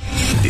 The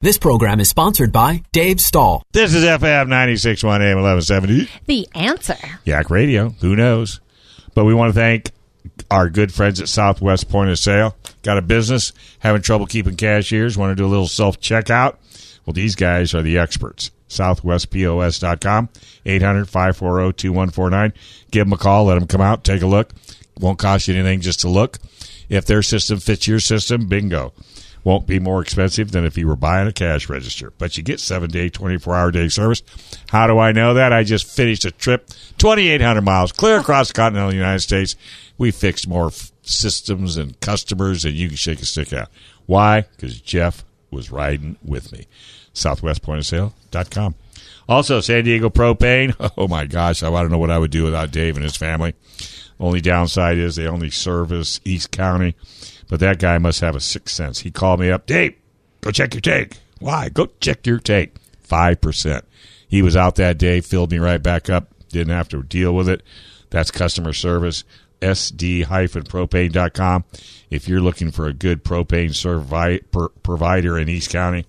This program is sponsored by Dave Stahl. This is FAF 961 AM 1170. The answer. Yak Radio. Who knows? But we want to thank our good friends at Southwest Point of Sale. Got a business, having trouble keeping cashiers, want to do a little self checkout. Well, these guys are the experts. SouthwestPOS.com, 800 540 2149. Give them a call, let them come out, take a look. Won't cost you anything just to look. If their system fits your system, bingo won't be more expensive than if you were buying a cash register. But you get seven day, 24 hour day service. How do I know that? I just finished a trip 2,800 miles clear across the continental United States. We fixed more f- systems and customers than you can shake a stick out. Why? Because Jeff was riding with me. SouthwestPointOfSale.com. Also, San Diego Propane. Oh my gosh, I don't know what I would do without Dave and his family. Only downside is they only service East County but that guy must have a sixth sense. He called me up, Dave, go check your tank. Why? Go check your tank. 5%. He was out that day, filled me right back up, didn't have to deal with it. That's customer service, sd-propane.com. If you're looking for a good propane servi- per- provider in East County,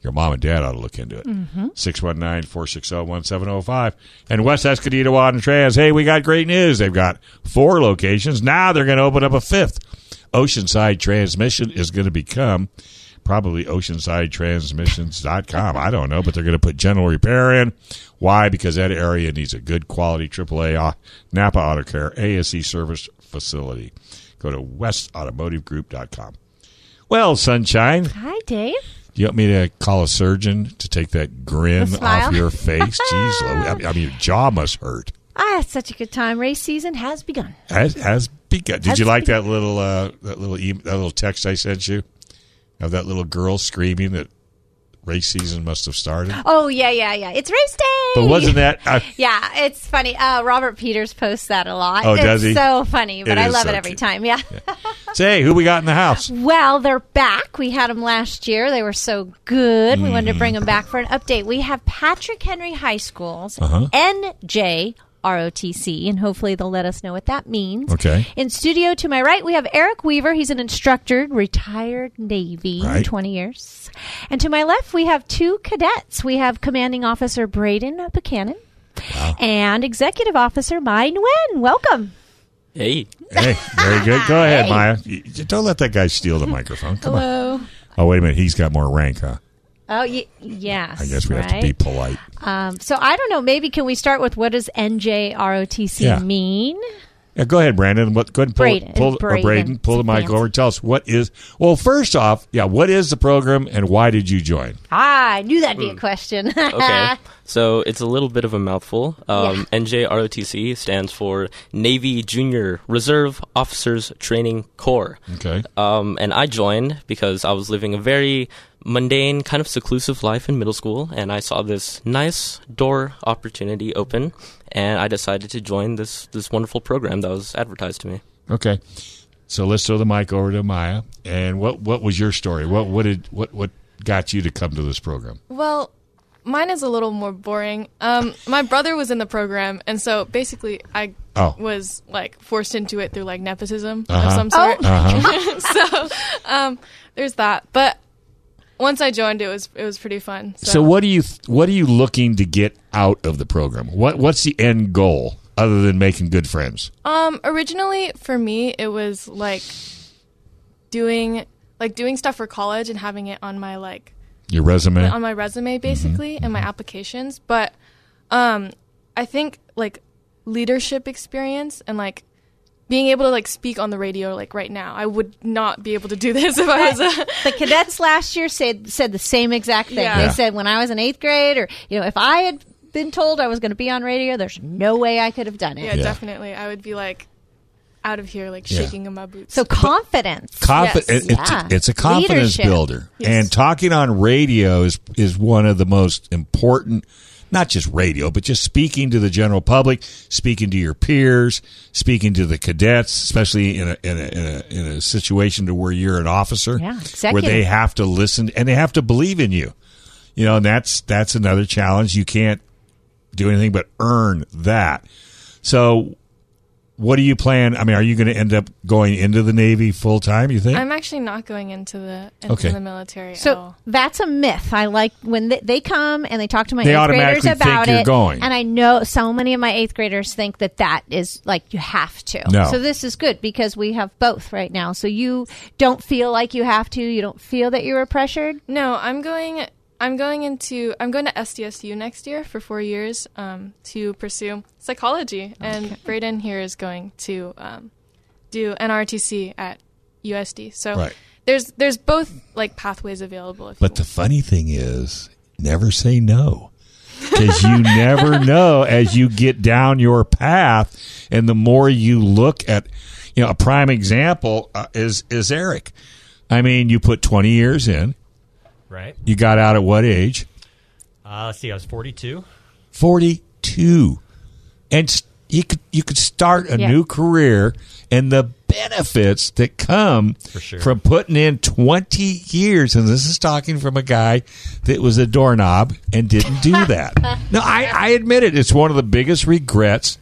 your mom and dad ought to look into it. 619 460 1705. And West Escondido Wad and Trans, hey, we got great news. They've got four locations. Now they're going to open up a fifth. Oceanside Transmission is going to become probably oceansidetransmissions.com. I don't know, but they're going to put general repair in. Why? Because that area needs a good quality AAA au- Napa Auto Care ASE service facility. Go to westautomotivegroup.com. Well, sunshine, Hi, Dave. you want me to call a surgeon to take that grin The smile? off your face? Jeez, Lo- I mean- I mean, your jaw must hurt. I had Ah, such a good time. Race season has begun. Has, has begun. Did Has you like begun. that little uh, that little e- that little text I sent you of that little girl screaming that race season must have started? Oh yeah, yeah, yeah. It's race day. But wasn't that? uh, I, Yeah, it's funny. Uh, Robert Peters posts that a lot. Oh, it's does he? so funny, but It I is love so it every cute. time. Yeah. say, hey, who we got in the house? Well, they're back. We had them last year. They were so good. We wanted to Mm. bring them back for an update. We have Patrick Henry High School's Uh-huh. NJ ROTC, and hopefully they'll let us know what that means. Okay. In studio to my right, we have Eric Weaver. He's an instructor, retired Navy, Right. 20 years. And to my left, we have two cadets. We have Commanding Officer Braden Buchanan and Executive Officer Mai Nguyen. Welcome. Hey, Hey, very good. Go ahead, Maya. You- you don't let that guy steal the microphone. Come on. Hello. Oh, wait a minute. He's got more rank, huh? Oh, y- yes. I guess we have right? to be polite. Um, so I don't know. Maybe can we start with what does NJROTC Yeah. mean? Yeah, go ahead, Brandon. What, go ahead and pull, Braden. pull, or Braden. Braden, pull the mic Fancy. over and tell us what is. Well, first off, yeah, what is the program and why did you join? Ah, I knew that'd Hmm. be a question. Uh. okay. so it's a little bit of a mouthful. Um, NJROTC stands for Navy Junior Reserve Officers Training Corps. Okay. Um, and I joined because I was living a very mundane, kind of seclusive life in middle school, and I saw this nice door opportunity open, and I decided to join this this wonderful program that was advertised to me. Okay. So let's throw the mic over to Maya. And what what was your story? What what did what what got you to come to this program? Well, mine is a little more boring. Um, my brother was in the program, and so basically, I Oh. was like forced into it through like nepotism Uh-huh. of some Oh. sort. so um, there's that. But once I joined, it was it was pretty fun. So, So what do you what are you looking to get out of the program? What what's the end goal other than making good friends? um, originally for me, it was like doing like doing stuff for college and having it on my like Your resume? on my resume basically and my applications but um i think like leadership experience and like being able to like speak on the radio like right now i would not be able to do this if i was a the cadets last year said said the same exact thing. Yeah. They Yeah. said when I was in eighth grade, or you know, if I had been told I was going to be on radio, there's no way I could have done it. yeah, Yeah. definitely i would be like out of here like Yeah. shaking in my boots. So confidence. Confi- Yes. it- it's, Yeah. it's a confidence Leadership. builder. Yes. And talking on radio is is one of the most important not just radio, but just speaking to the general public, speaking to your peers, speaking to the cadets, especially in a in a in a, in a situation to where you're an officer, Yeah, executive. where they have to listen and they have to believe in you. You know, and that's that's another challenge. You can't do anything but earn that. So, what do you plan? I mean, are you going to end up going into the Navy full time? You think? I'm actually not going into the into Okay. the military at So all. that's a myth. I like when they, they come and they talk to my They eighth automatically graders think about you're it. going. And I know so many of my eighth graders think that that is like you have to. No. So this is good because we have both right now. So you don't feel like you have to. You don't feel that you were pressured. No, I'm going. I'm going into. I'm going to SDSU next year for four years um, to pursue psychology, and Braden here is going to um, do NRTC at USD. So Right. there's there's both like pathways available. If But you the funny thing is, never say no. Because you never know as you get down your path, and the more you look at, you know, a prime example uh, is is Eric. I mean, you put twenty years in. Right. You got out at what age? Uh, let's see. I was 42. 42 and s- you could you could start a Yeah. new career and the benefits that come sure. from putting in 20 years and this is talking from a guy that was a doorknob and didn't do that no I, I admit it it's one of the biggest regrets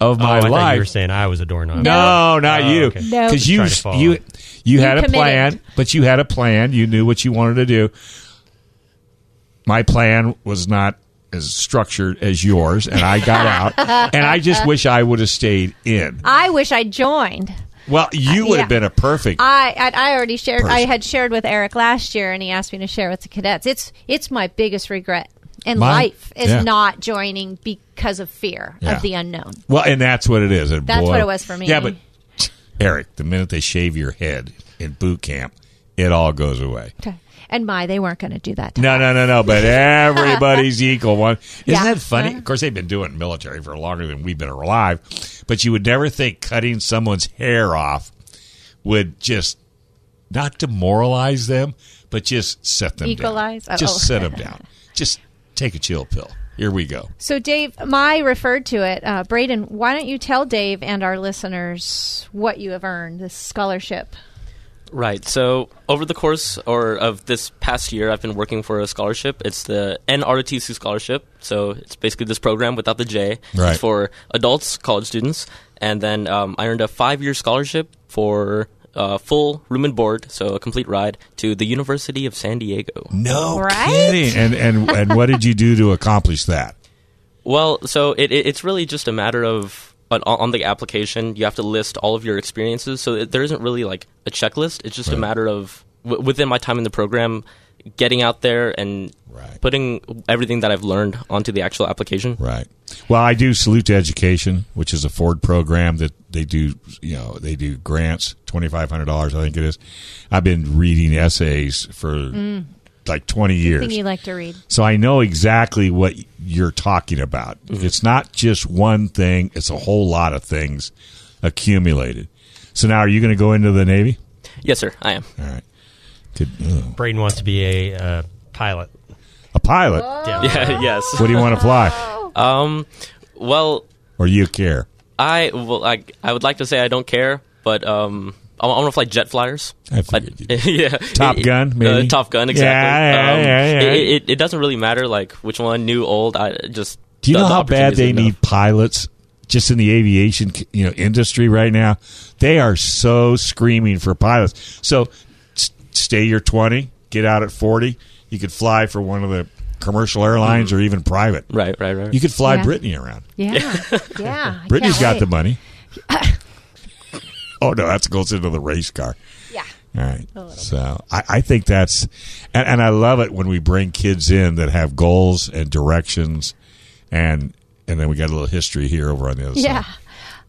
of oh, my I thought you were life saying I was a doorknob. no, not Oh, you. okay. No. Because you Trying to follow. you you, had a committed. plan, but you had a plan. You knew what you wanted to do. My plan was not as structured as yours, and I got out. And I just wish I would have stayed in. I wish I joined. Well, you would have Yeah. been a perfect. I I, I already shared. I Person. had shared with Eric last year, and he asked me to share with the cadets. It's it's my biggest regret in Mine- life is yeah. not joining because of fear Yeah. of the unknown. Well, and that's what it is. It That's boiled- what it was for me. Yeah, but Eric, the minute they shave your head in boot camp, it all goes away. Okay. And my, they weren't going to do that. to No, us. no, no, no. But everybody's equal. One isn't Yeah. Uh-huh. that funny? Of course, they've been doing it military for longer than we've been alive. But you would never think cutting someone's hair off would just not demoralize them, but just set them Equalize? down. Oh. Just set them down. Just take a chill pill. Here we go. So, Dave, my referred to it. Uh, Braden, why don't you tell Dave and our listeners what you have earned this scholarship? Right. So over the course or of this past year, I've been working for a scholarship. It's the NRTC scholarship. So it's basically this program without the J. Right. It's for adults, college students, and then um, I earned a five-year scholarship for uh, full room and board, so a complete ride to the University of San Diego. No Right? kidding. And and and what did you do to accomplish that? Well, so it, it, it's really just a matter of on, on the application, you have to list all of your experiences. So it, there isn't really like a checklist. It's just a matter of w- within my time in the program, getting out there and Right. putting everything that I've learned onto the actual application. Right. Well, I do salute to education, which is a Ford program that they do. You know, they do grants twenty five hundred dollars. I think it is. I've been reading essays for like twenty years, Thing you like to read? so I know exactly what you're talking about. It's not just one thing; it's a whole lot of things accumulated. So now, are you going to go into the Navy? Yes, sir, I am. All right. Good. ugh. Braden wants to be a uh, pilot. A pilot. Yeah. Yeah, yes. What do you want to fly? Um, well, Or you care? I well, I, I would like to say I don't care, but um, I, want to fly jet flyers. I figured you'd- yeah, Top Gun, maybe? uh, Top Gun, Yeah, exactly. Um, yeah, yeah, yeah. It, it, it doesn't really matter like which one, new, old. I just Do you the- know the how bad opportunities they are enough. need pilots just in the aviation you know industry right now? They are so screaming for pilots. So s- stay your 20, get out at 40. You could fly for one of the commercial airlines or even private. Mm. Right, right, right. You could fly Yeah. Brittany around. Yeah, yeah. I Brittany's got can't wait. the money. oh no, that goes into the race car. Yeah. All right. So I, I think that's, and, and I love it when we bring kids in that have goals and directions, and and then we got a little history here over on the other Yeah. side.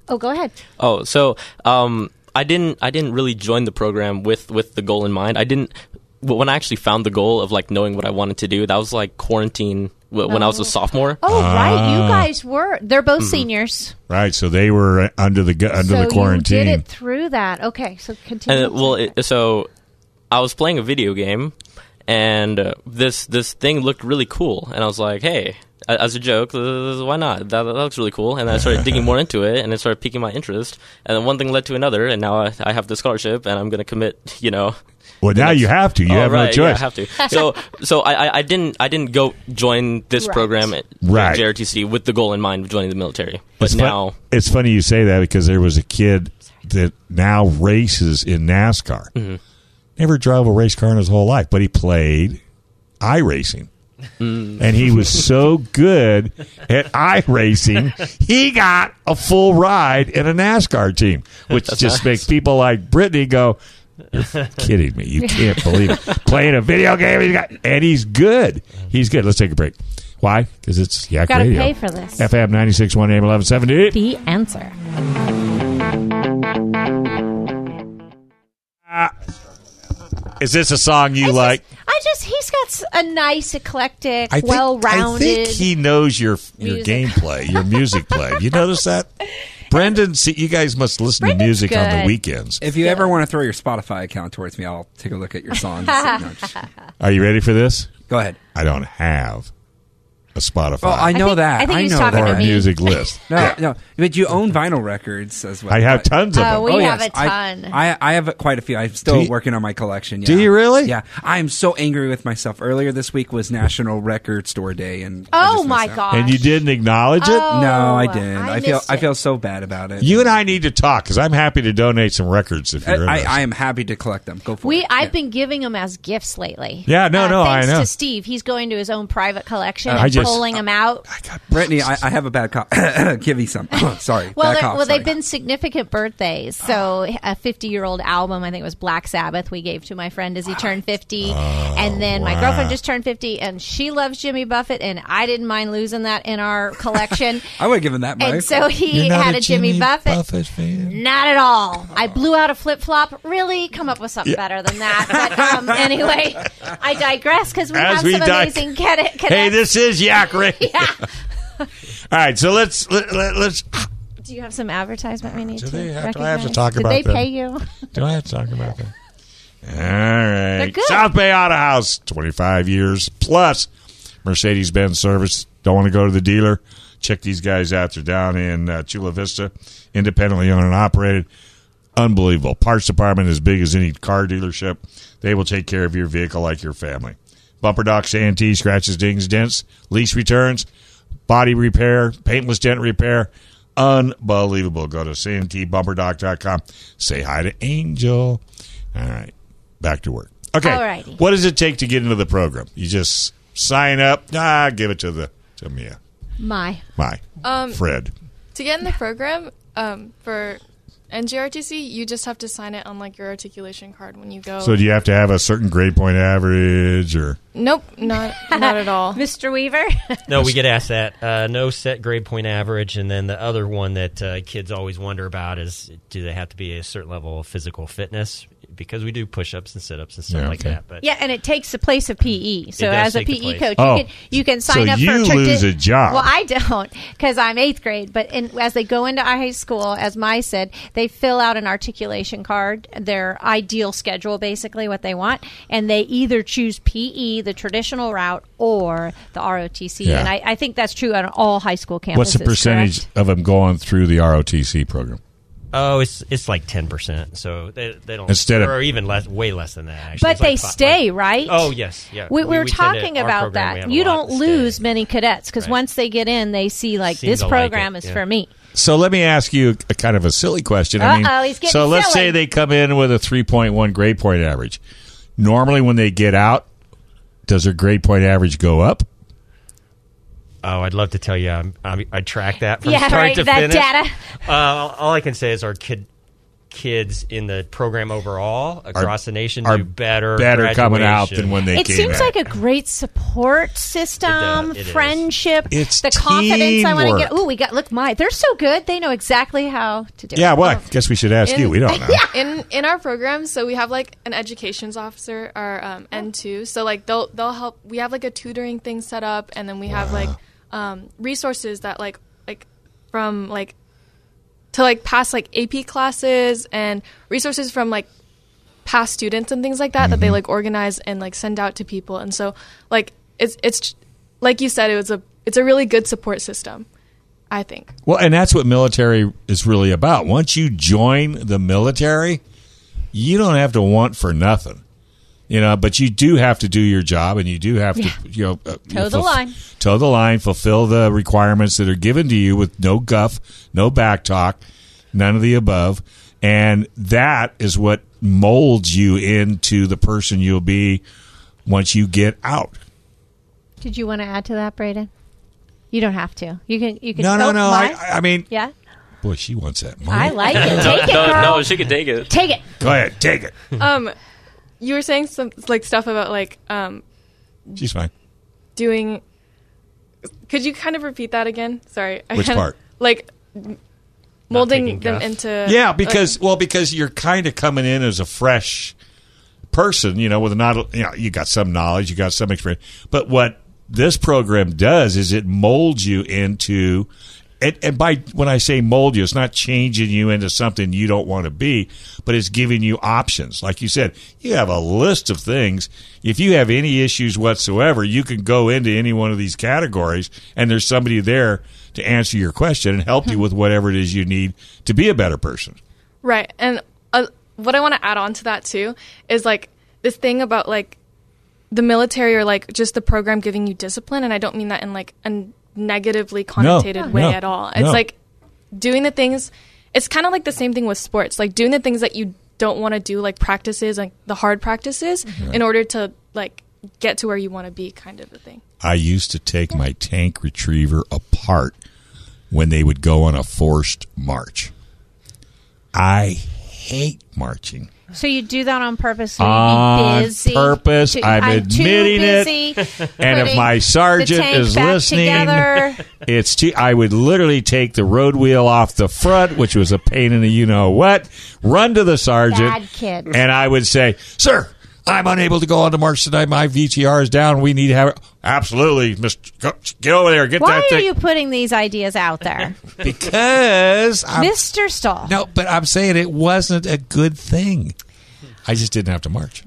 Oh, go ahead. oh, so um, I didn't I didn't really join the program with with the goal in mind. I didn't w- when I actually found the goal of like knowing what I wanted to do, that was like quarantine w- when I was a sophomore. Oh, Uh, right. You guys were. They're both seniors. Right, so they were uh, under the gu- Mm-hmm. under so the quarantine. You did it through that. Okay. So continue. And uh, well, it, so I was playing a video game, and uh, this this thing looked really cool, and I was like, hey. a- As a joke, uh, why not? That, that looks really cool. And I started digging more into it, and it started piquing my interest. And then one thing led to another, and now I, I have the scholarship, and I'm going to commit, you know, well, now you have to. You Oh, have no right, yeah, choice. I have to. So, so I, I, I didn't, I didn't go join this Right. program at Right. JRTC with the goal in mind of joining the military. But It's fu- now, it's funny you say that because there was a kid that now races in NASCAR. Mm-hmm. Never drove a race car in his whole life, but he played i racing, Mm. and he was so good at i racing, he got a full ride in a NASCAR team, which just makes people like Brittany go. You're kidding me! You can't believe it. Playing a video game, he's got, and he's good. He's good. Let's take a break. Why? Because it's Yak Gotta Radio. pay for this. FM 961 AM 1170. the answer. Is this a song you I like? Just, I just, he's got s- a nice, eclectic, I think, well-rounded. I think he knows your your music. gameplay, your music play. You notice that? Brendan, see, you guys must listen to Brendan's music on the good. weekends. If you ever want to throw your Spotify account towards me, I'll take a look at your songs. No, just- Are you ready for this? Go ahead. I don't have a Spotify Well, I know think- that. I think he's know talking or that. a to me. music list. No, no, but you own vinyl records as well. I have But- tons of Oh, them. we- Oh, have yes. a I- ton. I, I, have quite a few. I'm still Do you- working on my collection. Do yeah. you really? Yeah. I'm so angry with myself. Earlier this week was National Record Store Day, and I oh just my messed up. gosh! and you didn't acknowledge it? Oh, No, I didn't. I I, feel missed I it. feel so bad about it. You and I need to talk because I'm happy to donate some records if I, I, you're interested. I am happy to collect them. Go for We it. I've Yeah. been giving them as gifts lately. Yeah, no, Uh, no, I thanks know. Uh, to Steve, he's going to his own private collection I and just- pulling them out. Brittany, I, I have a bad cough. Give me some. sorry. Well, bad they're- cough, well, sorry. they've been significant birthdays. So Oh. a 50 year old album, I think it was Black Sabbath, we gave to my friend as he turned 50, Oh, and then my girlfriend just turned 50, and she loves Jimmy Buffett, and I didn't mind losing that in our collection. I would have given that. my- and so he You're not had a, Jimmy, Buffett. fan. Not at all. I blew out a flip flop. Really, come up with something better than that. But um, anyway, I digress because we As have we some di- amazing connect- Hey, connections. this is Yak Radio. All right, so let's let, let, let's Do you have some advertisement we need Do to? they have to- recognize? I have to talk Did about they them. pay you? Do I have to talk about that? All right. good. South Bay Auto House, 25 years plus Mercedes Benz service. Don't want to go to the dealer. Check these guys out. They're down in uh, Chula Vista, independently owned and operated. Unbelievable. Parts department as big as any car dealership. They will take care of your vehicle like your family. Bumper docks, ANT, scratches, dings, dents, lease returns, body repair, paintless dent repair. Unbelievable. Go to cntbumperdoc.com. Say hi to Angel. All right. Back to work. Okay. Alrighty. What does it take to get into the program? You just sign up. Ah, give it to the to Mia. My. My Um, Fred. To get in the program um, for NGRTC, you just have to sign it on like your articulation card when you go. So do you have to have a certain grade point average or nope, not not at all. Mr. Weaver? No, we get asked that. Uh, no set grade point average, and then the other one that uh, kids always wonder about is do they have to be a certain level of physical fitness? Because we do push-ups and sit-ups and stuff Yeah, like okay. that. But yeah, and it takes the place of PE. So It does as a take the PE place. coach, Oh. you can you can So sign up you for tradi- lose a job. Well, I don't because I'm eighth grade. But in, as they go into high school, as Mai said, they fill out an articulation card, their ideal schedule, basically what they want, and they either choose PE, the traditional route, or the ROTC. Yeah. And I, I think that's true on all high school campuses. what's the percentage correct? of them going through the ROTC program? oh, it's it's like ten percent. So they, they don't Instead of- or even less, way less than that. Actually. But It's like they fi- like- stay, right? Oh yes, yeah. We, we were tend to- talking our about program, we that. have a You lot don't that stay. lose many cadets because Right. once they get in, they see like Seem this to like program it, is yeah. for me. So let me ask you a kind of a silly question. I mean, Uh-oh, he's getting so let's silly. say they come in with a 3.1 grade point average. Normally, when they get out, does their grade point average go up? Oh, I'd love to tell you. I'm, I'm, I track that from Yeah, start right. to That finish. data. Uh, all I can say is our kid kids in the program overall across the nation are do better better coming out graduation. than when they It came in. seems like a great support system, It does. It is. friendship, It's the confidence I want to teamwork. get. Oh, we got look, my they're so good. They know exactly how to do. yeah, it. well, I guess we should ask you. We don't know. in in our program so we have like an educations officer our um, n2 so like they'll they'll help we have like a tutoring thing set up and then we have like um, resources that like like from like to like past like ap classes and resources from like past students and things like that that they like organize and like send out to people and so like it's it's like you said it was a it's a really good support system i think Well, and that's what military is really about. Once you join the military, you don't have to want for nothing. You know, but you do have to do your job and you do have to, you know, uh, you Toe the line. Toe the line, fulfill the requirements that are given to you with no guff, no back talk, none of the above. And that is what molds you into the person you'll be once you get out. Did you want to add to that, Braden? You don't have to. You can. You can. No, no, oh, no. my- I, I mean, yeah, boy, she wants that money. I like it. Take it, no, girl. no, she could take it. Take it. Go ahead, take it. um you were saying some like stuff about like um She's fine. doing could you kind of repeat that again sorry I Which kinda- part? like m- molding taking them guff. into Yeah, because well, because you're kind of coming in as a fresh person, you know, with not you know, you got some knowledge, you got some experience. But what this program does is it molds you into and, and by when I say mold you, it's not changing you into something you don't want to be, but it's giving you options. Like you said, you have a list of things. If you have any issues whatsoever, you can go into any one of these categories, and there's somebody there to answer your question and help you with whatever it is you need to be a better person. right and uh, what i want to add on to that too is like this thing about like the military or like just the program giving you discipline and i don't mean that in like a negatively connotated No, way no, at all it's no. like doing the things it's kind of like the same thing with sports like doing the things that you don't want to do like practices like the hard practices Mm-hmm. in order to like get to where you want to be kind of a thing I used to take my tank retriever apart when they would go on a forced march. I hate marching. So you do that on purpose. So you'd be On busy. purpose, To- I'm too admitting it. busy And if putting my the sergeant tank is back listening, together. it's too, I would literally take the road wheel off the front, which was a pain in the you know what, run to the sergeant, Bad kids. and I would say, "Sir, I'm unable to go on the march tonight. My VTR is down. We need to have it." Absolutely, Mister, get over there, get Why that are thing you putting these ideas out there, because I'm Mister Stahl? No, but I'm saying it wasn't a good thing. I just didn't have to march.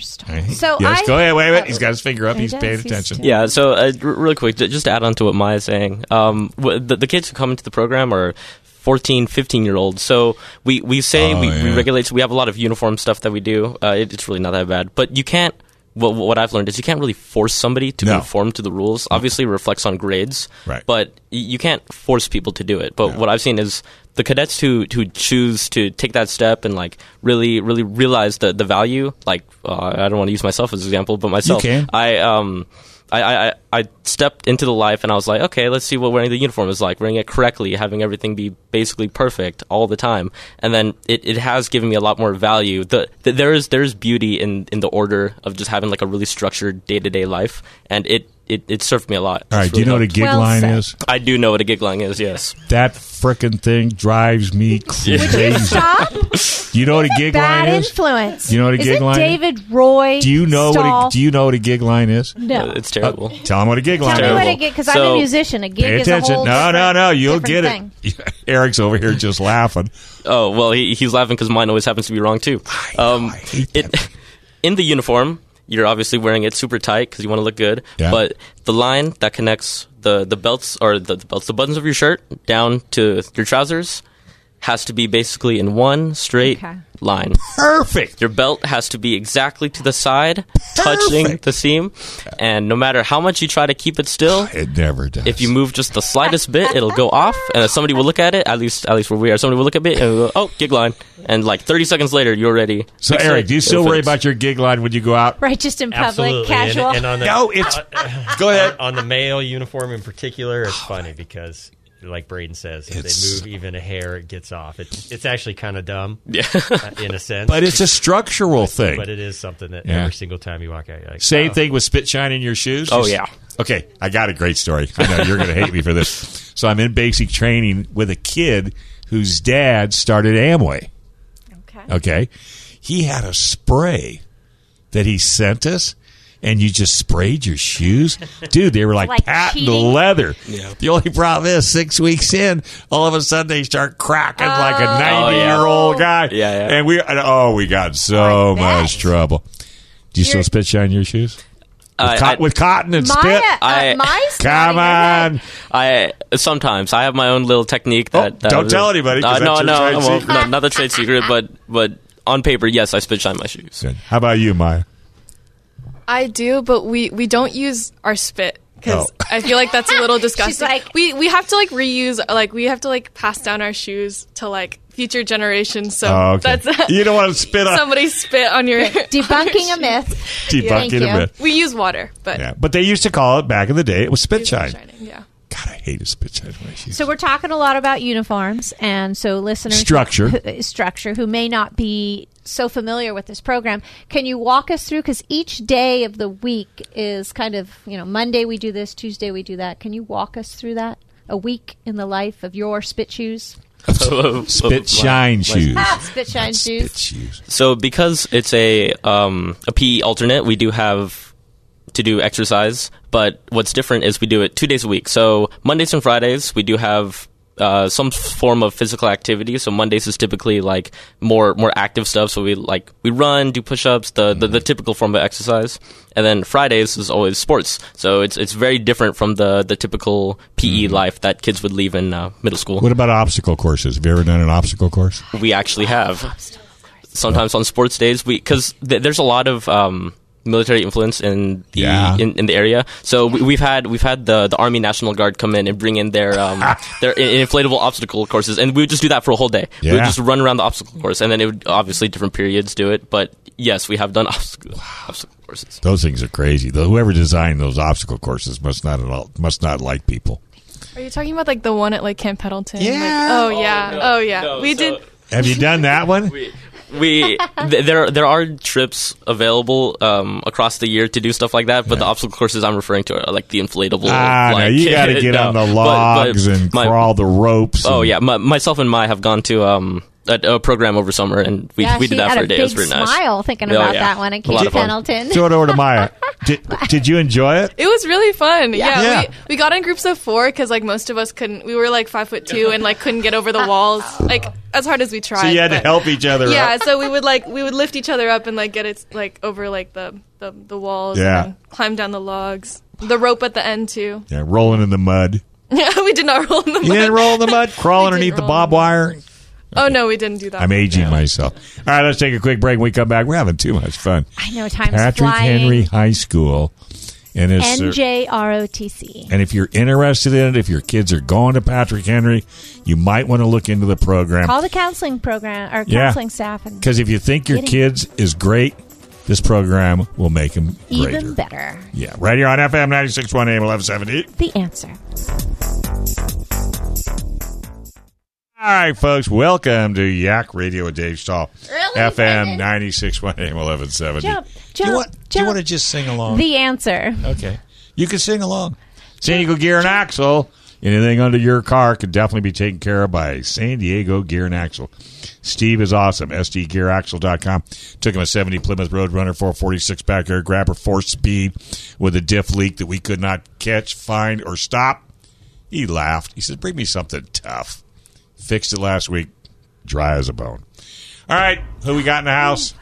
Star. Right? So yes, I go ahead. Wait a minute. Oh. He's got his finger up. He He's does, paying he's attention. doing- Yeah. So, uh, r- really quick, ju- just to add on to what Maya's saying, um, w- the, the kids who come into the program are 14, 15 year olds. So we, we say Oh, we, yeah. we regulate. So we have a lot of uniform stuff that we do. Uh, it, it's really not that bad, but you can't. What, what I've learned is you can't really force somebody to No. conform to the rules. Obviously, it reflects on grades, Right. But y- you can't force people to do it. But what I've seen is the cadets who who choose to take that step and like really really realize the the value. Like uh, I don't want to use myself as an example, but myself, can. I um I, I, I- I stepped into the life and I was like, okay, let's see what wearing the uniform is like, wearing it correctly, having everything be basically perfect all the time, and then it, it has given me a lot more value. The, the there is there is beauty in, in the order of just having like a really structured day to day life, and it, it it served me a lot. All right. It's Do you really know what a helped. gig Well line said. is? I do know what a gig line is. Yes, That frickin' thing drives me crazy. Stop. you know what a gig Bad line is? influence. You know what a Is gig it line is? David Roy. Do you know Stahl? what a, do you know what a gig line is? no. Uh, it's Uh, terrible. Tell him what a gig line Tell me what is. a gig because I'm a So- musician. A gig Pay is a attention. whole No, no, different- no. You'll different get thing. it. Eric's over here just laughing. Oh well, he, he's laughing because mine always happens to be wrong too. um, it, in the uniform, you're obviously wearing it super tight because you want to look good. Yeah. But the line that connects the the belts or the, the belts, the buttons of your shirt down to your trousers, has to be basically in one straight Okay. line. Perfect. Your belt has to be exactly to the side, touching Perfect. the seam, and no matter how much you try to keep it still, It never does. if you move just the slightest bit, it'll go off, and then somebody will look at it. At least, at least where we are, somebody will look at it and go, "Oh, gig line." And like thirty seconds later, you're ready. so, Eric, do you still worry about your gig line when you go out? Right, just in public, Absolutely. And- casual. And, on the, No, it's. go ahead. Oh. on the male uniform in particular, it's funny because like Braden says, if It's- they move even a hair, it gets off. It's it's actually kind of dumb, Yeah. uh, in a sense. But it's a structural thing. but it is something that Yeah. every single time you walk out, you're like, Same oh. thing with spit shine in your shoes. Oh, yeah. Okay, I got a great story. I know you're going to hate me for this. So I'm in basic training with a kid whose dad started Amway. Okay. Okay, he had a spray that he sent us. And you just sprayed your shoes, dude. They were like, Like patent cheating. leather. The only problem is, six weeks in, all of a sudden they start cracking like Oh. a ninety-year-old guy. Yeah, yeah. And we, and, oh, we got in so I bet. much trouble. Do you still You're- spit shine your shoes? I- Co- Uh, I- with cotton and Maya, spit. uh, I- Maya's Come nodding her head. on. I sometimes I have my own little technique that. Oh, that don't tell anybody, 'cause Uh, no, that's your no, trade well, secret. no, not the trade secret, but but on paper, yes, I spit shine my shoes. Good. How about you, Maya? I do, but we we don't use our spit because Oh. I feel like that's a little disgusting. like- we we have to like reuse, like we have to like pass down our shoes to like future generations. So Oh, okay. that's you don't want to spit on somebody spit on your Debunking a myth. Thank debunking you. a bit. We use water, but Yeah, but they used to call it back in the day. It was spit it's shine. shining, Yeah. God, I hate a spit shine. on my shoes. So we're talking a lot about uniforms, and so listeners Structure. who, structure who may not be so familiar with this program, can you walk us through? Because each day of the week is kind of you know Monday we do this, Tuesday we do that. Can you walk us through that? A week in the life of your spit shoes, spit shine shoes. Ah, spit shine shoes. Spit shoes. So because it's a um, a PE alternate, we do have to do exercise. But what's different is we do it two days a week. So Mondays and Fridays, we do have. Uh, some form of physical activity. So Mondays is typically like more more active stuff. So we like we run, do push ups, the, the the typical form of exercise. And then Fridays is always sports. So it's it's very different from the the typical PE life that kids would leave in uh, middle school. What about obstacle courses? Have you ever done an obstacle course? we actually have. Sometimes on sports days, we because th- there's a lot of um, military influence in the Yeah. in, in the area. So we, we've had we've had the, the Army National Guard come in and bring in their um, their in- inflatable obstacle courses, and we would just do that for a whole day. We Yeah. would just run around the obstacle course, and then it would obviously different periods do it. But yes, we have done obstacle, obstacle courses. Those things are crazy. Though whoever designed those obstacle courses must not at all must not like people. Are you talking about like the one at like Camp Pendleton? Like, Yeah. oh yeah. Oh, yeah. we did. Have you done that one? we th- there there are trips available um, across the year to do stuff like that, but the obstacle courses I'm referring to are like the inflatable. ah, no, like- you got to get no. on the But- but logs and my- crawl the ropes. Oh and- yeah, my, myself and Mai have gone to um a, a program over summer, and we yeah, we she did that had for a a day. big it was pretty nice. smile thinking Oh, about yeah. that one in A lot Camp of fun. Pendleton. Throw it over to Maya. Did, did you enjoy it? It was really fun. Yeah, Yeah. We, we got in groups of four because like most of us couldn't. We were like five foot two and like couldn't get over the walls. Like as hard as we tried. So you had to but- help each other. up. Yeah, so we would like we would lift each other up and like get it like over like the the, the walls. Yeah. And then climb down the logs. The rope at the end too. Yeah, rolling in the mud. Yeah, we did not roll in the You didn't mud. roll in the mud, crawl We underneath didn't the roll bob in the mud. wire. Oh no, we didn't do that. I'm aging myself. All right, let's take a quick break. When we come back, we're having too much fun. I know time's Patrick flying. Henry High School, and it's uh, NJROTC. and if you're interested in it, if your kids are going to Patrick Henry, you might want to look into the program Call the counseling program or Yeah. counseling staff and because if you think your Get it. kids is great, this program will make them greater. even better. Yeah, right here on FM 96.1 AM 1170. The answer. All right, folks, welcome to Yak Radio with Dave Stahl. FM 96.1 AM 1170. Jump, do, you jump, want, do you jump. want to just sing along? The answer. okay. You can sing along. San Diego Gear and Axle. Anything under your car could definitely be taken care of by San Diego Gear and Axle. Steve is awesome. SDGearAxle.com. Took him a 70 Plymouth Roadrunner 446 back air grabber, four speed with a diff leak that we could not catch, find, or stop. He laughed. He said, Bring me something tough. Fixed it last week. Dry as a bone. All right. Who we got in the house?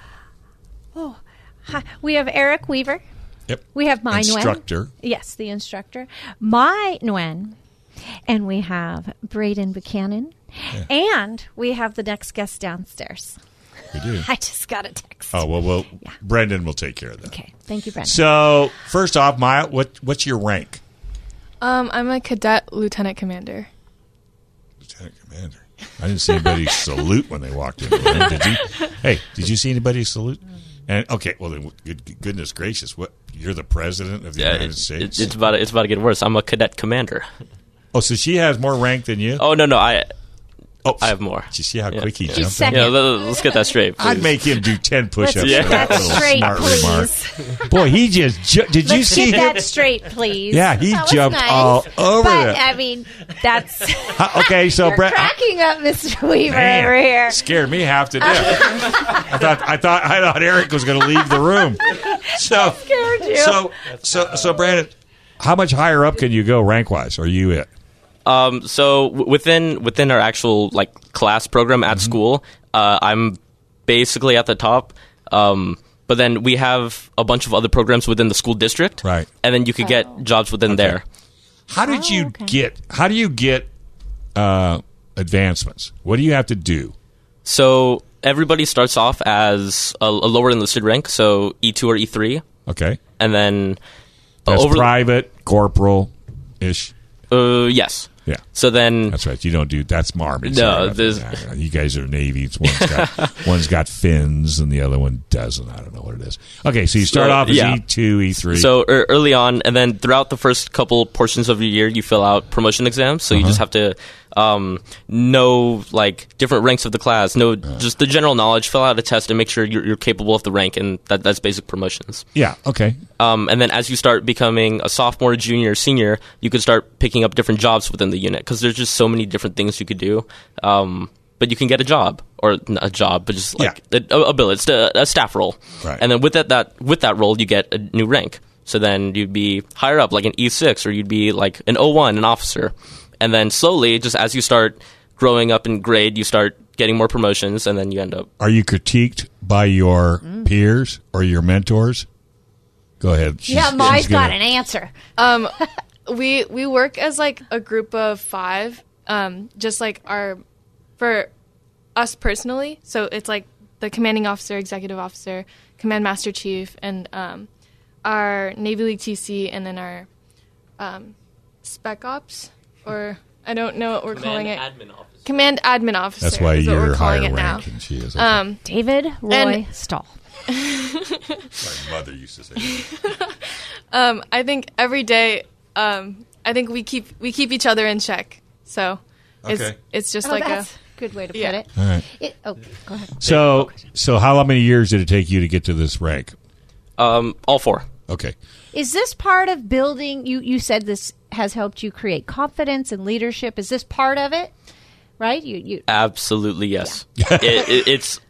Hi, We have Eric Weaver. Yep. We have Mai Nguyen. Instructor. Yes, the instructor. Mai Nguyen. And we have Braden Buchanan. And we have the next guest downstairs. We do. I just got a text. Oh, well, well Brendan will take care of that. Okay. Thank you, Brenda. So first off, Maya, what what's your rank? Um, I'm a cadet lieutenant commander. Lieutenant commander. I didn't see anybody salute when they walked in. the room, Did you? Hey, did you see anybody salute? And okay, well then, good, goodness gracious, what you're the president of the Yeah, United it- States? it- it's about it's about to get worse. I'm a cadet commander. Oh, so she has more rank than you? Oh no no I Oh, I have more. Did you see how Yeah. quick he She's jumped? She's second. Yeah, let- let's get that straight. I'd please. make him do 10 push ups. get that straight, please. Boy, he just. Ju- did you Let's see get him? that straight, please. Yeah, he That was jumped nice, all over But it. I mean, that's Huh, okay, so you're Brett. cracking up, Mr. Weaver Man, over here. Scared me half to death. I thought I thought I thought Eric was going to leave the room. So Scared you. so so so Brandon, how much higher up can you go rank wise? Are you it? Um, so w- within within our actual like class program at school, uh, I'm basically at the top. Um, but then we have a bunch of other programs within the school district, Right. And then you could get jobs within there. How did Oh, you get? How do you get uh, advancements? What do you have to do? So everybody starts off as a, a lower enlisted rank, so E two or E three, Okay, and then uh, that's over private corporal ish. uh, yes. Yeah. So then That's right. You don't do that's Marmy. No, Sorry about there's- that. Nah, you guys are Navy. It's One's got one's got fins and the other one doesn't. I don't know what it is. Okay, so you start So, off as yeah. E two, E three. So er, early on, and then throughout the first couple portions of your year, you fill out promotion exams. So you just have to um, know like different ranks of the class, know just the general knowledge, fill out a test, and make sure you're, you're capable of the rank, and that, that's basic promotions. yeah, okay. Um, and then as you start becoming a sophomore, junior, senior, you could start picking up different jobs within the unit because there's just so many different things you could do. Um, but you can get a job or not a job, but just like a, a bill, it's a, a staff role. Right. And then with that, that with that role, you get a new rank. So then you'd be higher up, like an E6, or you'd be like an O1, an officer. And then slowly, just as you start growing up in grade, you start getting more promotions, and then you end up. Are you critiqued by your Mm. peers or your mentors? Go ahead. She's- yeah, Maury's she's got gonna- an answer. Um, we we work as like a group of five. Um, just like our for us personally. So it's like the commanding officer, executive officer, command master chief, and um, our Navy League TC, and then our um, spec ops, or I don't know what we're calling it. command admin officer. That's why is what you're we're higher calling it now. ranked than she is. Um, David Roy And- Stahl. My mother used to say. Um, I think every day, um, I think we keep we keep each other in check. So it's Okay. it's just Oh, like a that's a good way to put Yeah. it. All right. it. Oh, go ahead. So, so how many years did it take you to get to this rank? Um, all four. Okay. Is this part of building? You you said this has helped you create confidence and leadership. Is this part of it? Right? You you Absolutely yes. it, it, it's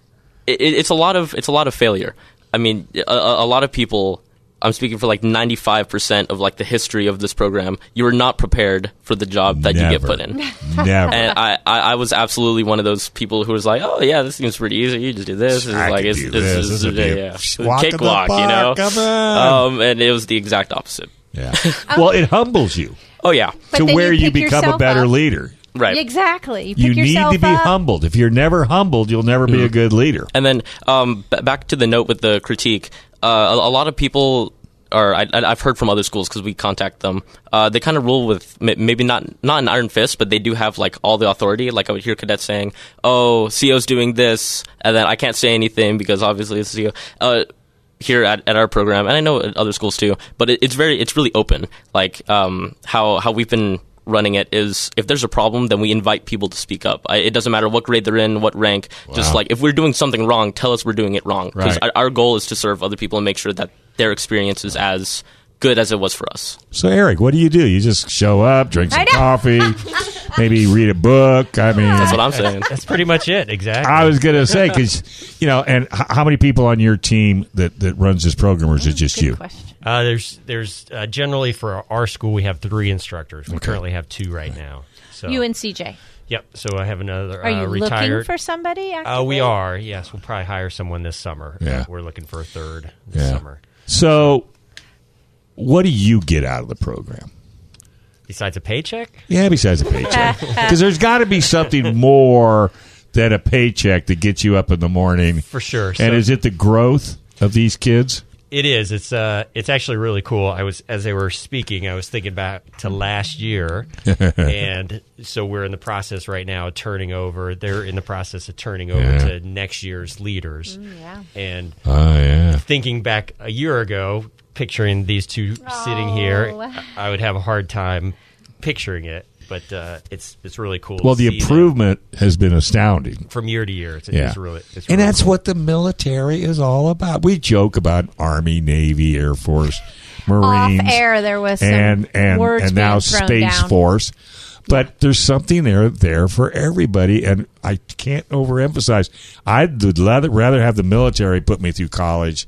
it, it's a lot of it's a lot of failure. I mean, a, a a lot of people. I'm speaking for like 95 percent of like the history of this program. You were not prepared for the job that you get Never. put in. Never. And I, I, I was absolutely one of those people who was like, oh yeah, this seems pretty easy. You just do this. It's I like could it's, do it's- this. it's- This would be a yeah, walk in the cakewalk, you know. park. Come on. Um, and it was the exact opposite. yeah. Um, well, it humbles you Oh yeah, But to then where you, pick become a yourself better up. leader. right. Exactly. You, You pick need yourself to be up. humbled. If you're never humbled, you'll never be a good leader. And then um, b- back to the note with the critique. Uh, a, a lot of people are. I, I- I've heard from other schools because we contact them. Uh, they kind of rule with ma- maybe not not an iron fist, but they do have like all the authority. Like I would hear cadets saying, "Oh, CO's doing this," and then I can't say anything because obviously it's CO. Uh, here at, at our program, and I know at other schools too, but it, it's very it's really open. Like um, how how we've been running it is if there's a problem, then we invite people to speak up. I, it doesn't matter what grade they're in, what rank. Just Wow. like if we're doing something wrong, tell us we're doing it wrong. Because Right. our, our goal is to serve other people and make sure that their experience is as good as it was for us. So, Eric, what do you do? You just show up, drink some I know. coffee, maybe read a book. I mean, That's what I'm saying. That's pretty much it. Exactly. I was going to say because you know, and h- how many people on your team that that runs this program, or is it just Good you? question. Uh, there's there's uh, generally for our, our school we have three instructors. We currently have two right now. Oh. So You and CJ. Uh, yep. So I have another Are uh, you looking retired. for somebody? uh, we actively? are yes. We'll probably hire someone this summer. Uh, Yeah. we're looking for a third this Yeah. summer. So, what do you get out of the program? Besides a paycheck, Yeah, besides a paycheck, because there's got to be something more than a paycheck that gets you up in the morning. for sure. And is it the growth of these kids? It is. It's uh, it's actually really cool. I was as they were speaking, I was thinking back to last year, and so we're in the process right now of turning over. They're in the process of turning over Yeah. to next year's leaders, yeah. and Oh yeah. thinking back a year ago, picturing these two sitting here, Oh. I would have a hard time picturing it. But uh, it's it's really cool. Well, to the see that improvement has been astounding. from year to year. It's, it's really it's and really that's cool. what the military is all about. We joke about Army, Navy, Air Force, Off Marines, air, there was some and and words and now being thrown Space down. Force. But there's something there there for everybody, and I can't overemphasize. I would rather rather have the military put me through college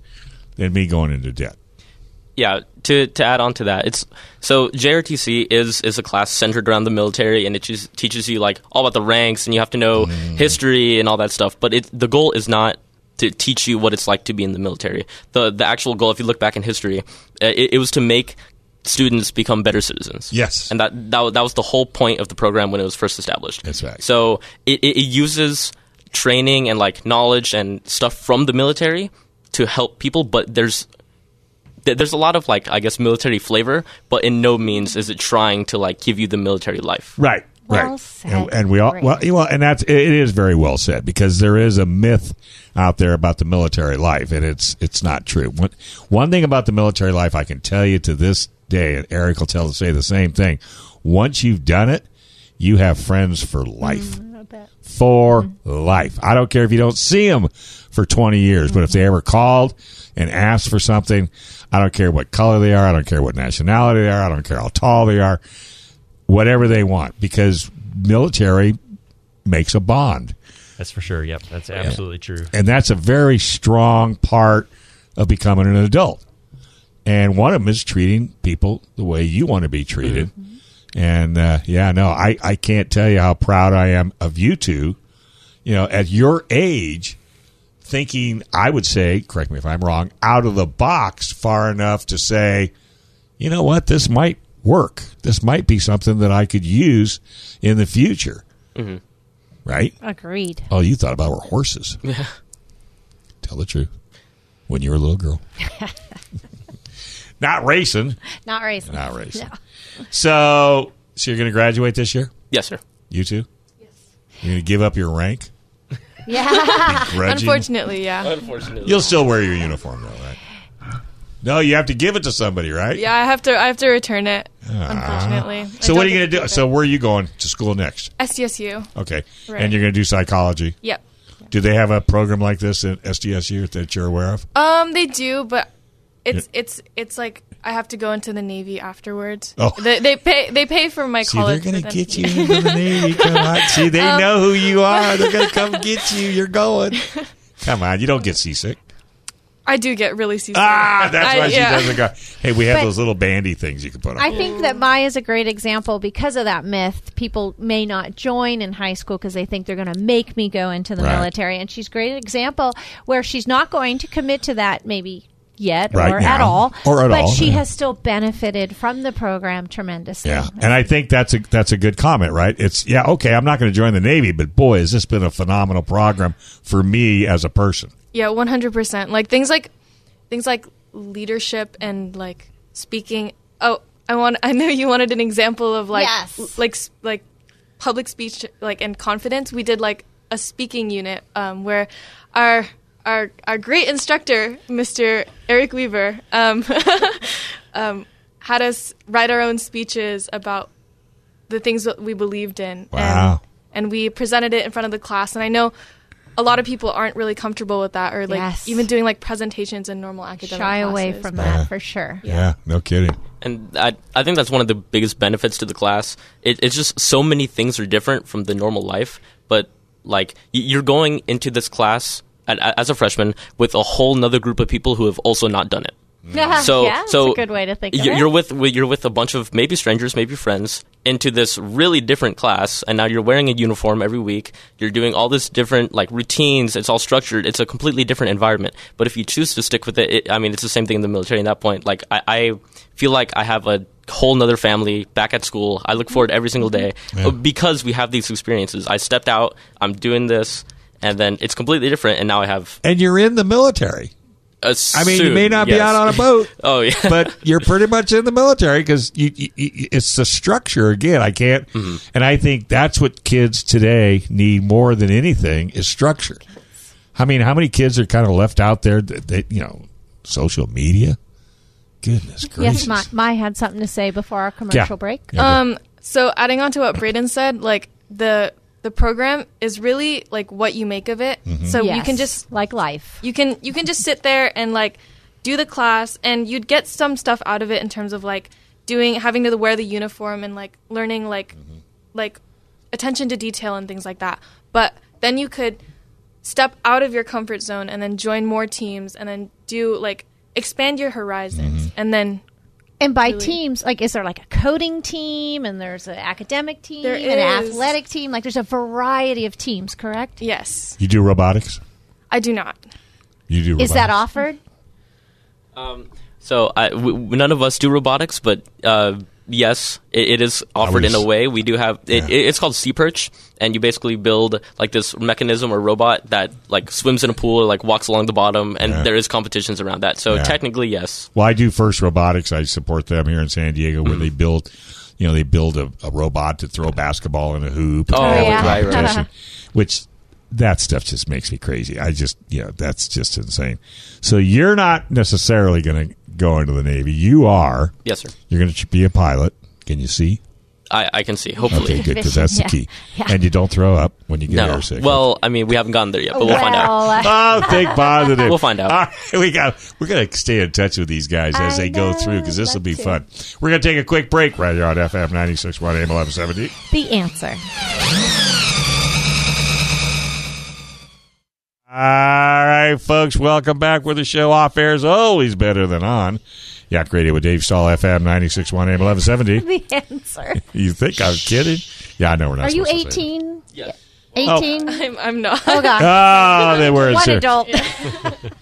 than me going into debt. yeah to to add on to that it's so jrtc is is a class centered around the military and it just teaches you like all about the ranks and you have to know history and all that stuff but it the goal is not to teach you what it's like to be in the military the the actual goal if you look back in history uh, it, it was to make students become better citizens Yes. and that that, wa- that was the whole point of the program when it was first established That's right. so it, it, it uses training and like knowledge and stuff from the military to help people but there's th- there's a lot of like I guess military flavor, but in no means is it trying to like give you the military life. Right. Well right. said, and, and we all Grant. well, well, and that's it is very well said because there is a myth out there about the military life, and it's it's not true. One, one thing about the military life, I can tell you to this day, and Eric will tell say the same thing. Once you've done it, you have friends for life. Mm, for life. I don't care if you don't see them for 20 years, but if Mm-hmm. they ever called and asked for something, I don't care what color they are, I don't care what nationality they are, I don't care how tall they are, whatever they want, because military makes a bond. That's for sure. Yep, that's absolutely true. And that's a very strong part of becoming an adult. And one of them is treating people the way you want to be treated. Mm-hmm. And uh, yeah, no, I, I can't tell you how proud I am of you two. You know, at your age, thinking, I would say, correct me if I'm wrong, out of the box far enough to say, you know what, this might work. This might be something that I could use in the future. Right? Agreed. All you thought about were horses. Yeah. Tell the truth. When you were a little girl. Not racing. Not racist. Not racing. So, so you're going to graduate this year? Yes, sir. You two? Yes. You're going to give up your rank? Yeah. Grudging? Unfortunately, yeah. Unfortunately, You'll still wear your uniform, though, right? No, you have to give it to somebody, right? Yeah, I have to I have to return it. Unfortunately. Ah. So what are you going to do? So where are you going to school next? SDSU. Okay. Right. And you're going to do psychology. Yep. Do they have a program like this at SDSU that you're aware of? Um, they do, but it's it's it's like I have to go into the Navy afterwards. Oh. They, they pay they pay for my See, they're college. Um, going for to them get to- you into the Navy. Come on. See, they know who you are. They're going to come get you. You're going. Come on. You don't get seasick. I do get really seasick. Ah, that's I- why she yeah. doesn't go. Hey, we have But- those little bandy things you can put on. I think that Maya is a great example because of that myth. People may not join in high school because they think they're going to make me go into the Right. military. And she's a great example where she's not going to commit to that maybe yet Right or now. at all. Or at but all, she yeah. has still benefited from the program tremendously. yeah, and I think that's a that's a good comment, right? It's yeah, okay. I'm not going to join the Navy, but boy, has this been a phenomenal program for me as a person. Yeah, one hundred percent. Like things like things like leadership and like speaking. Oh, I want. I know you wanted an example of like Yes. l- like s- like public speech like and confidence. We did like a speaking unit um, where our our our great instructor, Mr. Eric Weaver, um, um, had us write our own speeches about the things that we believed in. Wow. And, and we presented it in front of the class. And I know a lot of people aren't really comfortable with that or like Yes. even doing like presentations in normal academic Shy away classes. from Yeah. that for sure. Yeah, no kidding. and I I think that's one of the biggest benefits to the class. It, it's just so many things are different from the normal life, but like y- you're going into this class at, as a freshman with a whole nother group of people who have also not done it. So, Uh, yeah, so that's a good way to think of you're, it. You're with you're with a bunch of maybe strangers, maybe friends, into this really different class, and now you're wearing a uniform every week. You're doing all this different like routines. It's all structured. It's a completely different environment. But if you choose to stick with it, it I mean, it's the same thing in the military. At that point, like I, I feel like I have a whole nother family back at school. I look forward every single Mm-hmm. day uh, because we have these experiences. I stepped out. I'm doing this. And then it's completely different, and now I have. And you're in the military. A I mean, you may not be out on a boat, Oh yeah. but you're pretty much in the military because you, you, you, it's the structure again. I can't, Mm-hmm. and I think that's what kids today need more than anything is structure. I mean, how many kids are kind of left out there that, that you know, social media? Goodness gracious! yes, my, my had something to say before our commercial break. Yeah, Um, So adding on to what Braden said, like the the program is really like what you make of it. So you Yes, can just like life. you can you can just sit there and like do the class and you'd get some stuff out of it in terms of like doing having to wear the uniform and like learning like Mm-hmm. like attention to detail and things like that. But then you could step out of your comfort zone and then join more teams and then do like expand your horizons Mm-hmm. and then And by teams, like, is there like a coding team and there's an academic team There and an is. athletic team? Like, there's a variety of teams, correct? yes, You do robotics. I do not. You do. Is that offered? So I, w- w- none of us do robotics, but uh, yes, it, it is offered in was- a way. We do have it, Yeah. it, it's called Sea Perch, and you basically build like this mechanism or robot that like swims in a pool or like walks along the bottom, and Yeah. there is competitions around that. So Yeah. technically, yes. Well, I do first robotics. I support them here in San Diego, where Mm-hmm. they build, you know, they build a, a robot to throw a basketball in a hoop. and Oh, have a yeah. Right, right. competition, Which that stuff just makes me crazy. I just, you know, that's just insane. So you're not necessarily going to go into the Navy. You are. Yes, sir. You're going to be a pilot. Can you see? I, I can see. Hopefully. Okay, good, because that's the Yeah. key. Yeah. And you don't throw up when you get No. airsick. Well, I mean, we haven't gotten there yet, but we'll, find out. Well, uh, Oh, think positive. We'll find out. All right, we got. We're gonna stay in touch with these guys as I they go know, through because this I'd will be love to. fun. We're gonna take a quick break right here on FM 96.1 AM eleven seventy. the answer. All right, folks, welcome back. Where the show off air is always better than on. Yak Radio with Dave Stahl, FM 96.1 AM eleven seventy. The answer. You think I'm kidding? Yeah, I know we're not. Are you supposed to say 18? Yes. 18? Oh, I'm, I'm not. that. God. Oh, they were One sir. adult.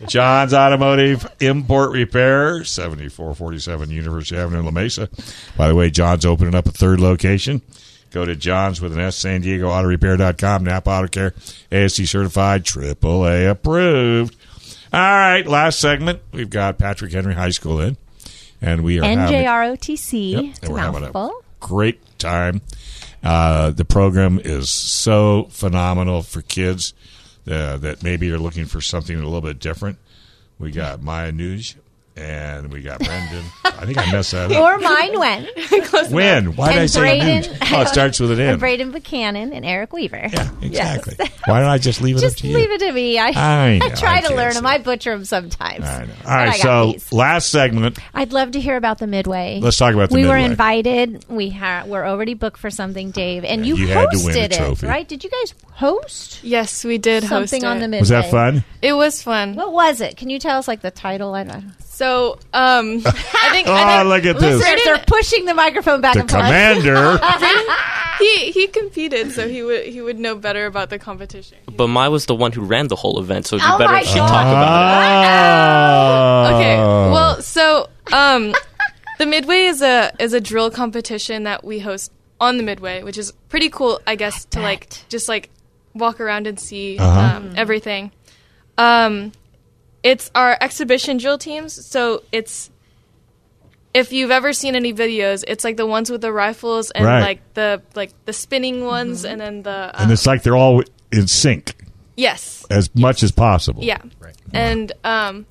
John's Automotive Import Repair, 7447 University Avenue, La Mesa. By the way, John's opening up a third location. Go to John's with an S, San Diego Auto Repair.com, Napa Auto Care, ASC certified, AAA approved. All right, last segment. We've got Patrick Henry High School in, and we are having- NJROTC. Yep, It's and a we're having a mouthful. great time. Uh, the program is so phenomenal for kids uh, that maybe are looking for something a little bit different. We Mm-hmm. got Maya Nuge and we got Brendan. I think I messed that up. Or mine went. When? Why did And I say Braden- Nuge? Oh, it starts with an N. And Braden Buchanan and Eric Weaver. Yeah, exactly. Why don't I just leave it up Just to you? leave it to me. I, I I, know, I try to can't learn say. them. I butcher them sometimes. I know. But All right, I got so these. last segment. I'd love to hear about the midway. Let's talk about the we Midway. were invited. We ha- were already booked for something, Dave, and Yeah, you, you had to hosted win a it, trophy. right? Did you guys host Yes, we did host something on it. the midway? Was that fun? It was fun. What was it? Can you tell us like the title? I don't. So, um, I think, Oh, I think look at this. Listeners, they're pushing the microphone back The and forth. commander. he he competed, so he would he would know better about the competition. But Mai was the one who ran the whole event, so it'd be Oh better my if she God. talked about it. Oh. Okay. Well, so um, the midway is a is a drill competition that we host on the midway, which is pretty cool, I guess, to like bet. just like walk around and see Uh-huh. um, everything. Um, it's our exhibition drill teams, so it's. If you've ever seen any videos, it's like the ones with the rifles and Right. like the like the spinning ones, and then the um, and it's like they're all in sync yes, as much as possible. Yeah. And um,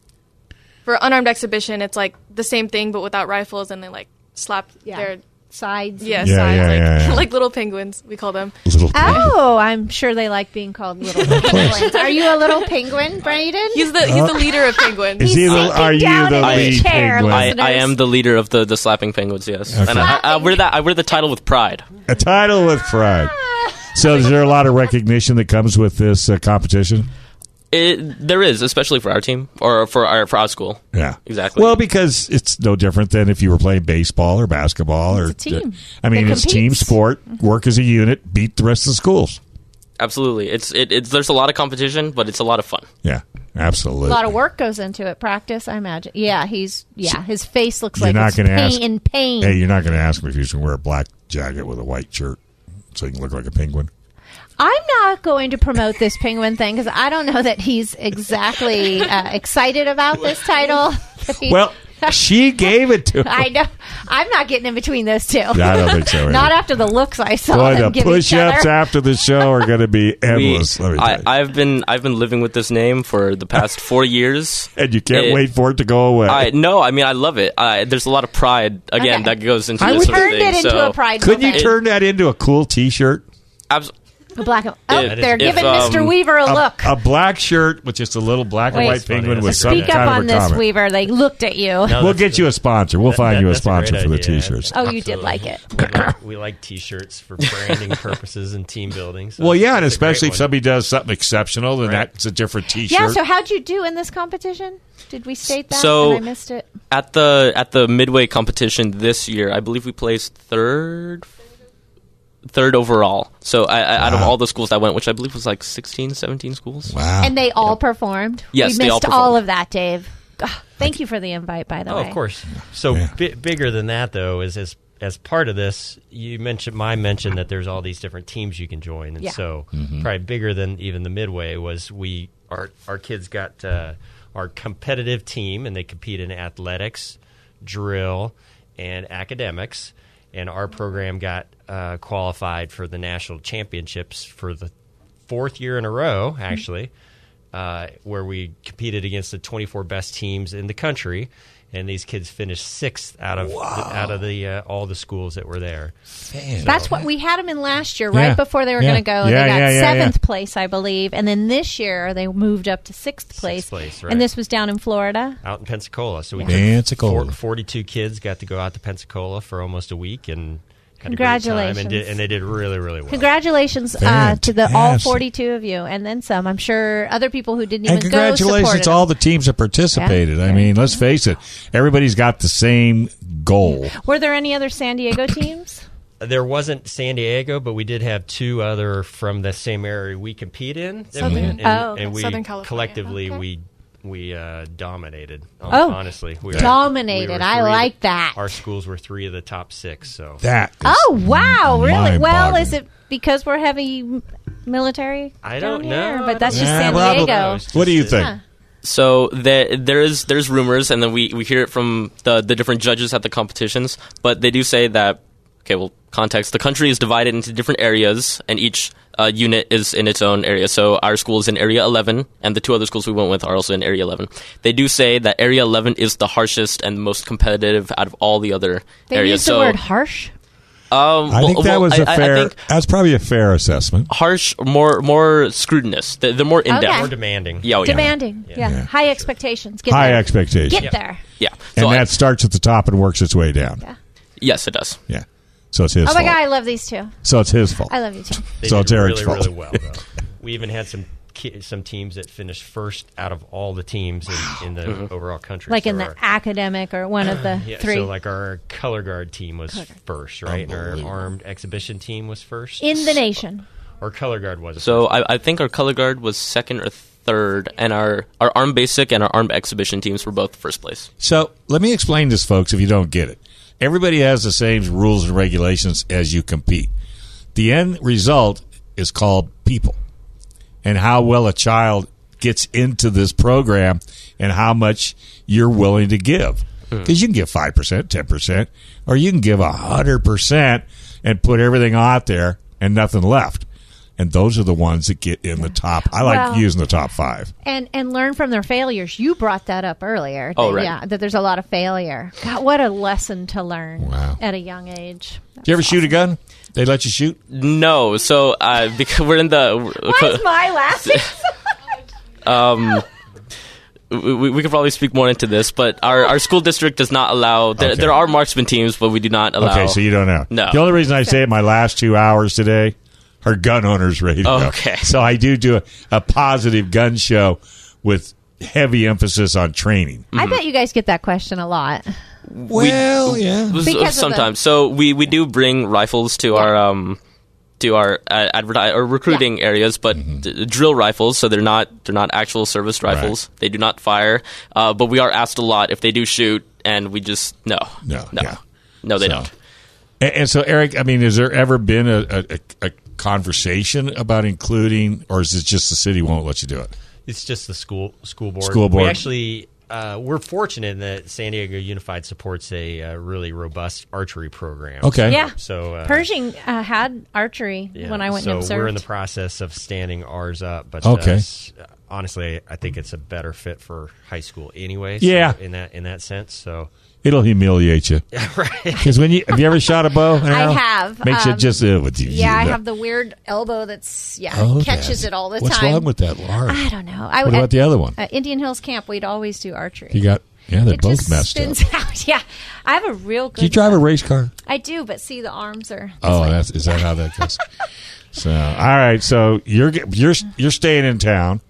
for unarmed exhibition, it's like the same thing but without rifles, and they like slap Yeah. their Sides. yeah, Yeah, signs yeah, like, yeah, yeah. like little penguins. We call them. Little thing. Oh, I'm sure they like being called little penguins. Are you a little penguin, Braden? He's the he's the leader of penguins. Uh, Is he the, sitting are you down the in the lead chair, penguin? I, Listeners. I am the leader of the, the slapping penguins, yes, and I, I wear that. I wear the title with pride. A title with pride. So is there a lot of recognition that comes with this uh, competition? It, there is, especially for our team or for our for our school. Yeah, Exactly. Well, because it's no different than if you were playing baseball or basketball or It's a team I mean, that it's team competes. sport. Work as a unit. Beat the rest of the schools. Absolutely, it's it, it's there's a lot of competition, but it's a lot of fun. Yeah, absolutely. A lot of work goes into it. Practice, I imagine. Yeah, he's yeah. His face looks You're like not it's gonna pain ask- in pain. Hey, you're not going to ask me if you can wear a black jacket with a white shirt so you can look like a penguin. I'm not going to promote this penguin thing because I don't know that he's exactly uh, excited about this title. That he- Well, she gave it to him. I know. I'm not getting in between those two. I don't think so. either. Not after the looks I saw Boy, them the give each push-ups other. after the show are going to be We- endless. let me tell I, you. I've been I've been living with this name for the past four years, and you can't It- wait for it to go away. I no, I mean I love it. I, there's a lot of pride again Okay. that goes into I this would- sort of Turned thing, it into so a pride. Couldn't you event. turn that into a cool T-shirt? abs- A black? Oh, If- they're if, giving um, Mr. Weaver a, look. A black shirt with just a little black and Wait. white penguin That's with a some great Speak kind up of a on this, comment. Weaver. They looked at you. No, We'll that's get the- you a sponsor. We'll that- find that- you a that's sponsor great for the idea. T-shirts. Oh, you did Absolutely. like it. We like, we like T-shirts for branding purposes and team building. so Well, yeah, and that's a great especially if one. somebody does something exceptional, then that's a different T-shirt. Yeah. So how'd you do in this competition? Did we state that? So- and I missed it. at the at the midway competition this year, I believe we placed third third overall. So I, I, out of all the schools I went, which I believe was like 16, 17 schools. wow. And they all performed. Yes, we they all missed performed. of that, Dave. Ugh, Thank you for the invite, by the Oh, way. of course. So Yeah. bi- bigger than that, though, is as as part of this, you mentioned my mention that there's all these different teams you can join, and Yeah. so probably bigger than even the midway was we our our kids got uh, our competitive team, and they compete in athletics, drill, and academics, and our program got uh, qualified for the national championships for the fourth year in a row, actually uh, where we competed against the 24 best teams in the country, and these kids finished sixth out of out of the uh, all the schools that were there. That's what we had them in last year, right Yeah. before they were Yeah. going to go. Yeah, they got yeah, yeah, seventh yeah. place, I believe, and then this year they moved up to sixth place. place, right. And this was down in Florida. Out in Pensacola, so we took Pensacola. four- 42 kids got to go out to Pensacola for almost a week and had a great time and, Congratulations. did, and they did really really well. Congratulations uh, to the all Fantastic. 42 of you, and then some. I'm sure other people who didn't And even go supported congratulations to all them. the teams that participated. I mean, let's face it, everybody's got the same goal. Were there any other San Diego teams? There wasn't San Diego, but we did have two other from the same area we compete in. that Southern- we- and, Oh, okay. and we Southern California. collectively Okay. we we uh, dominated. hon- Oh, honestly, we dominated. we were I three of the- like that. Our schools were three of the top six. So That is oh wow, really? Well, mind-boggling. is it because we're heavy m- military? I down don't here? know. I but that's don't just know. San Yeah, Diego. probably. What do you think? Huh. So there, there is there's rumors, and then we, we hear it from the the different judges at the competitions. But they do say that okay, well, context: the country is divided into different areas, and each uh, unit is in its own area. So our school is in Area 11, and the two other schools we went with are also in Area 11. They do say that Area 11 is the harshest and most competitive out of all the other They areas. used the so word harsh. um, I think well- that well, was a I- I- I fair. think that's probably a fair assessment. harsh, more more scrutinous. They're, they're more in depth. Okay. More demanding. Yeah, oh, yeah. Demanding, yeah. High expectations. Get High there. expectations. Get Yep. there. Oh Yeah. and So I- that starts at the top and works its way down. Yeah. yes, it does. So it's his Oh my fault. god, I love these two. So it's his fault. I love you too. They So did it's Eric's really, fault. really well. Though. we even had some ki- some teams that finished first out of all the teams in, in the Uh-huh. overall country. Like So in the our- academic or one of the yeah, three. So like our color guard team was first, right? And our armed exhibition team was first. in the nation. Our color guard was So first. I, I think our color guard was second or third, and our our arm basic and our arm exhibition teams were both first place. So let me explain this, folks, if you don't get it. Everybody has the same rules and regulations as you compete. The end result is called people and how well a child gets into this program and how much you're willing to give. Because you can give 5%, 10%, or you can give 100% and put everything out there and nothing left. And those are the ones that get in the top. I like Well- using the top five. And and learn from their failures. You brought that up earlier. Oh, that- right. Yeah, that there's a lot of failure. God, what a lesson to learn Wow. at a young age. Do you ever shoot a gun? They let you shoot? No, so uh, because we're in the Why is my laughing? we, we could probably speak more into this, but our, our school district does not allow. There, Okay. there are marksman teams, but we do not allow. Okay, so you don't know. No. The only reason I say it my last two hours today are gun owners radio. Oh, okay. So I do do a, a positive gun show with heavy emphasis on training. Mm-hmm. I bet you guys get that question a lot. Uh, Well, yeah. Was- Because of sometimes. So we, we do bring rifles to our um to our uh, adverti- or recruiting areas, but Mm-hmm. d- drill rifles. So they're not they're not actual service rifles. They do not fire. Uh, but we are asked a lot if they do shoot, and we just no No, no yeah. no they So- don't. And, and so, Eric, I mean, has there ever been a, a, a- a conversation about including, or is it just the city won't let you do it? it's just the school school board. School board. We actually uh, we're fortunate that San Diego Unified supports a uh, really robust archery program. Okay. Yeah. So uh, Pershing uh, had archery Yeah, when I went so and observed. we're in the process of standing ours up, but Okay. uh, s- honestly, I think it's a better fit for high school anyway. so Yeah. in that in that sense. So It'll humiliate you. Because when you have you ever shot a bow? Al? have, Makes you um, just uh, with you. yeah, I have the weird elbow that's yeah Oh, catches that- it all the what's time. wrong with that large? I don't know. I, What about at- the other one? At Indian Hills Camp, we'd always do archery. You got yeah, they're it both just messed up. spins out. Yeah, I have a real good. Do you drive a race car? I do, but see, the arms are. Oh, that's is that how that goes? so all right, so you're ge- you're you're staying in town.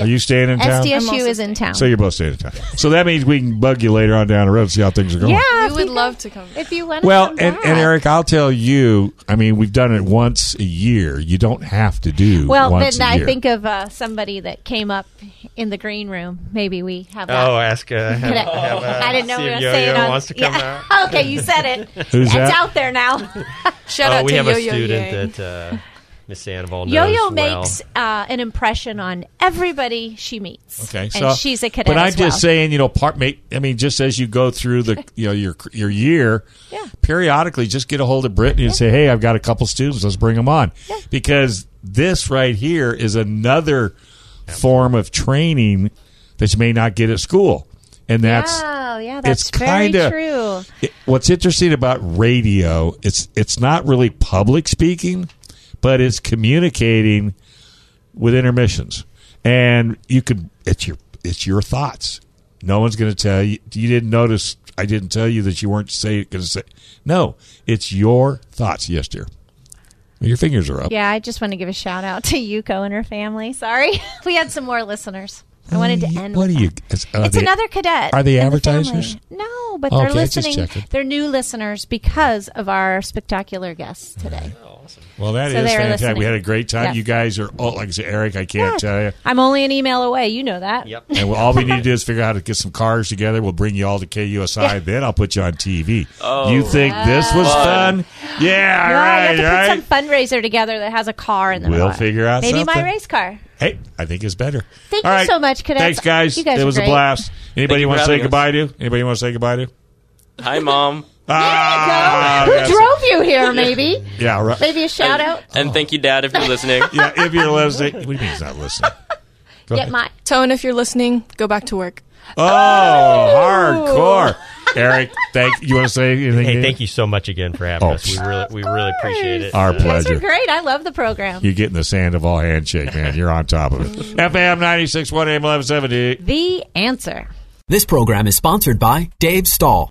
Are you staying in town? I'm SDSU also is in town. So you're both staying in town. So that means we can bug you later on down the road, see how things are going. yeah, We would love to come. if you want. Well, and, and Eric, I'll tell you. I mean, we've done it once a year. You don't have to do. Well, once then a I year. think of uh, somebody that came up in the green room. Maybe we have that. oh, ask uh, have, Could I, have, uh, I didn't know see we were if going Yo-Yo to say it on. wants to come yeah. out. okay, you said it. Who's it's that? out there now. Shout Oh, out we to have Yo a Yo student Yang. that uh, Miss Sandoval knows Yo Yo well. makes uh, an impression on everybody she meets. Okay, and so she's a cadet. But I'm as just well. saying, you know, part make. I mean, just as you go through the you know your your year, Yeah. periodically just get a hold of Brittany and say, hey, I've got a couple students, let's bring them on, because this right here is another form of training that you may not get at school, and that's Oh, yeah, it's that's very kinda- true. it- what's interesting about radio, it's it's not really public speaking, but it's communicating with intermissions, and you could it's your it's your thoughts. No one's going to tell you you didn't notice. I didn't tell you that you weren't say going to say. No, it's your thoughts. Yes, dear. Your fingers are up. Yeah, I just want to give a shout out to Yuko and her family. Sorry, we had some more listeners. I wanted to You- end. What with are you? that. It's, are it's they- another cadet. Are they and the advertisers? family. no, but Okay, they're just listening. checking. They're new listeners because of our spectacular guests today. Well, that is So they are fantastic. We listening. had a great time. Yes. You guys are all like I said, Eric. I can't tell you. I'm only an email away. You know that. Yep. And we all we need to do is figure out how to get some cars together. We'll bring you all to KUSI. Then I'll put you on TV. Oh. you think this was fun? Yeah, No, I have right, to right. put some fundraiser together that has a car in the We'll middle. figure out Maybe something. my race car. hey, I think it's better. Thank All you right. so much, cadets. Thanks, guys. You guys it are was a great. blast. Anybody you want to for say having us. goodbye to? Anybody want to say goodbye to? Hi, mom, Ah, Who that's- drove you here? Maybe, Yeah, right. maybe a shout out. and thank you, dad, if you're listening. Yeah, if you're listening, what do you mean he's not listening? Go Get ahead. my Tone, if you're listening, go back to work. oh, hardcore. Eric, thank you. Want to say anything? Hey, to- thank you so appreciate it. so much again for having Oh, us. We really, we really appreciate it. Our You guys pleasure. are great. I love the program. You're getting the Sandoval handshake, man. You're on top of it. FM 96.1 AM 1170. The answer. This program is sponsored by Dave Stahl.